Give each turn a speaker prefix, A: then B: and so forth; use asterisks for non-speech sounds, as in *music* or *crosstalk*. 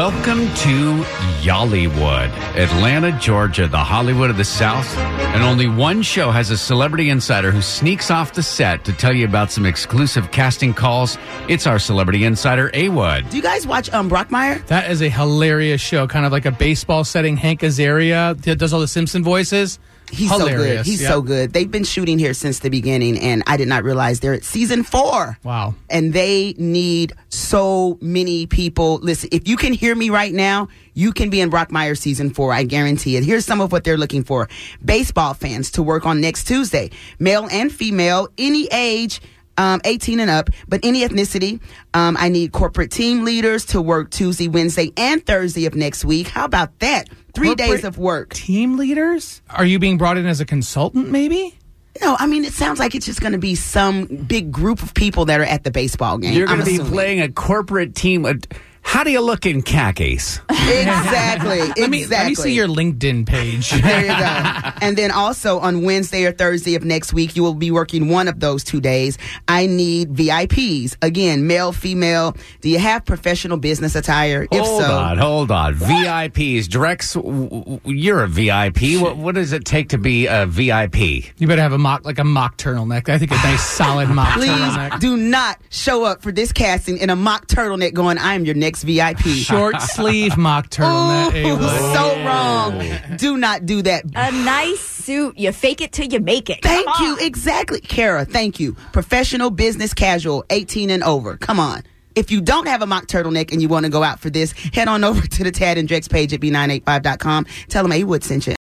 A: Welcome to Yollywood, Atlanta, Georgia, the Hollywood of the South. And only one show has a celebrity insider who sneaks off the set to tell you about some exclusive casting calls. It's our celebrity insider, A Wood.
B: Do you guys watch um Brockmire?
C: That is a hilarious show, kind of like a baseball setting. Hank Azaria that does all the Simpson voices.
B: He's so good.
C: Hilarious,
B: He's
C: yeah.
B: so good. They've been shooting here since the beginning, and I did not realize they're at season four.
C: Wow.
B: And they need so many people. Listen, if you can hear me right now, you can be in Brockmire season four. I guarantee it. Here's some of what they're looking for baseball fans to work on next Tuesday, male and female, any age. Um, 18 and up, but any ethnicity. Um, I need corporate team leaders to work Tuesday, Wednesday, and Thursday of next week. How about that? Three days
C: Corporate
B: of work.
C: Team leaders? Are you being brought in as a consultant, maybe?
B: No, I mean it sounds like it's just going to be some big group of people that are at the baseball game.
A: You're
B: I'm
A: going to be
B: assuming.
A: playing a corporate team. Uh, How do you look in khakis?
B: *laughs* exactly. exactly.
C: *laughs* Let me let me see your LinkedIn page.
B: There you go. and then also on Wednesday or Thursday of next week, you will be working one of those two days. I need VIPs again, male, female. Do you have professional business attire? If
A: hold
B: so,
A: on, hold on. VIPs. Drex, w- w- you're a VIP. What, what does it take to be a VIP?
C: you better have a mock like a mock turtleneck. I think a nice solid mock
B: please
C: turtleneck.
B: do not show up for this casting in a mock turtleneck. Going, I am your next VIP.
C: Short sleeve mock turtleneck.
B: Ooh,
C: A-Wood.
B: so wrong. Do not do that.
D: A nice suit. You fake it till you make it.
B: Thank you. Exactly. Kara, thank you. Professional, business, casual, 18 and over. Come on. If you don't have a mock turtleneck and *laughs* you want to go out for this, head on over to the Tad and Drex page at b985.com. Tell them A Wood sent you.